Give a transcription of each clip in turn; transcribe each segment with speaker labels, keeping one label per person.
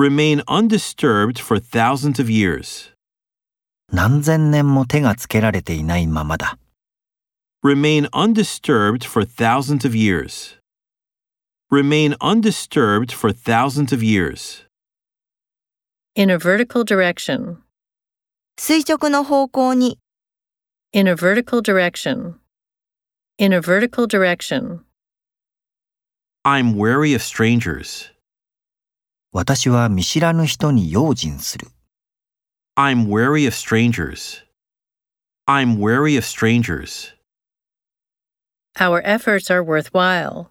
Speaker 1: remain undisturbed for thousands of years.
Speaker 2: 何千年も手がつけられていないままだ。
Speaker 1: Remain undisturbed for thousands of years. Remain undisturbed for thousands of years.
Speaker 3: in a vertical direction,
Speaker 4: 垂直の方向に
Speaker 3: in a vertical direction, in a vertical direction,
Speaker 1: I'm wary of strangers.
Speaker 2: 私は見知らぬ人に用心する。
Speaker 1: I'm wary of strangers. I'm wary of strangers.
Speaker 3: our efforts are worthwhile.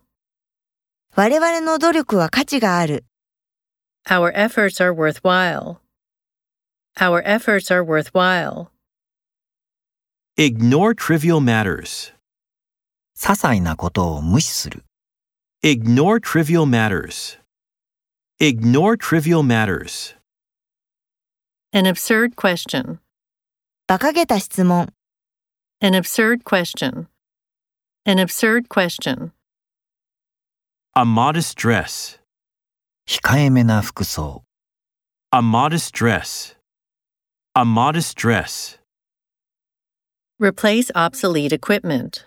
Speaker 4: 我々の努力は価値がある
Speaker 3: Our efforts are worthwhile. Our efforts are worthwhile.
Speaker 1: Ignore trivial matters.
Speaker 2: 些細なことを無視する。
Speaker 1: Ignore trivial matters. Ignore trivial matters.
Speaker 3: An absurd question.
Speaker 4: 馬鹿げた質問
Speaker 3: An absurd question. An absurd question.
Speaker 1: A modest dress.
Speaker 2: 控えめな服装。
Speaker 1: A modest dress. A modest dress.
Speaker 3: Replace obsolete equipment.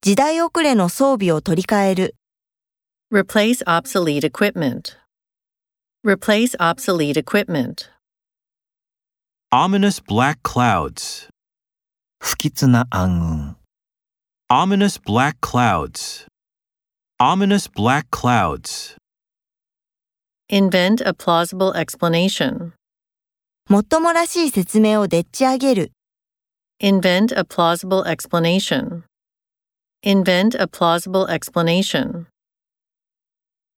Speaker 4: 時代遅れの装備を取り替える
Speaker 3: Replace obsolete equipment. Replace obsolete equipment.
Speaker 1: Ominous black clouds.
Speaker 2: 不吉な暗雲。
Speaker 1: Ominous black clouds. Ominous black clouds.
Speaker 3: Invent a plausible explanation.
Speaker 4: もっともらしい説明をでっち上げる
Speaker 3: Invent a plausible explanation. Invent a plausible explanation.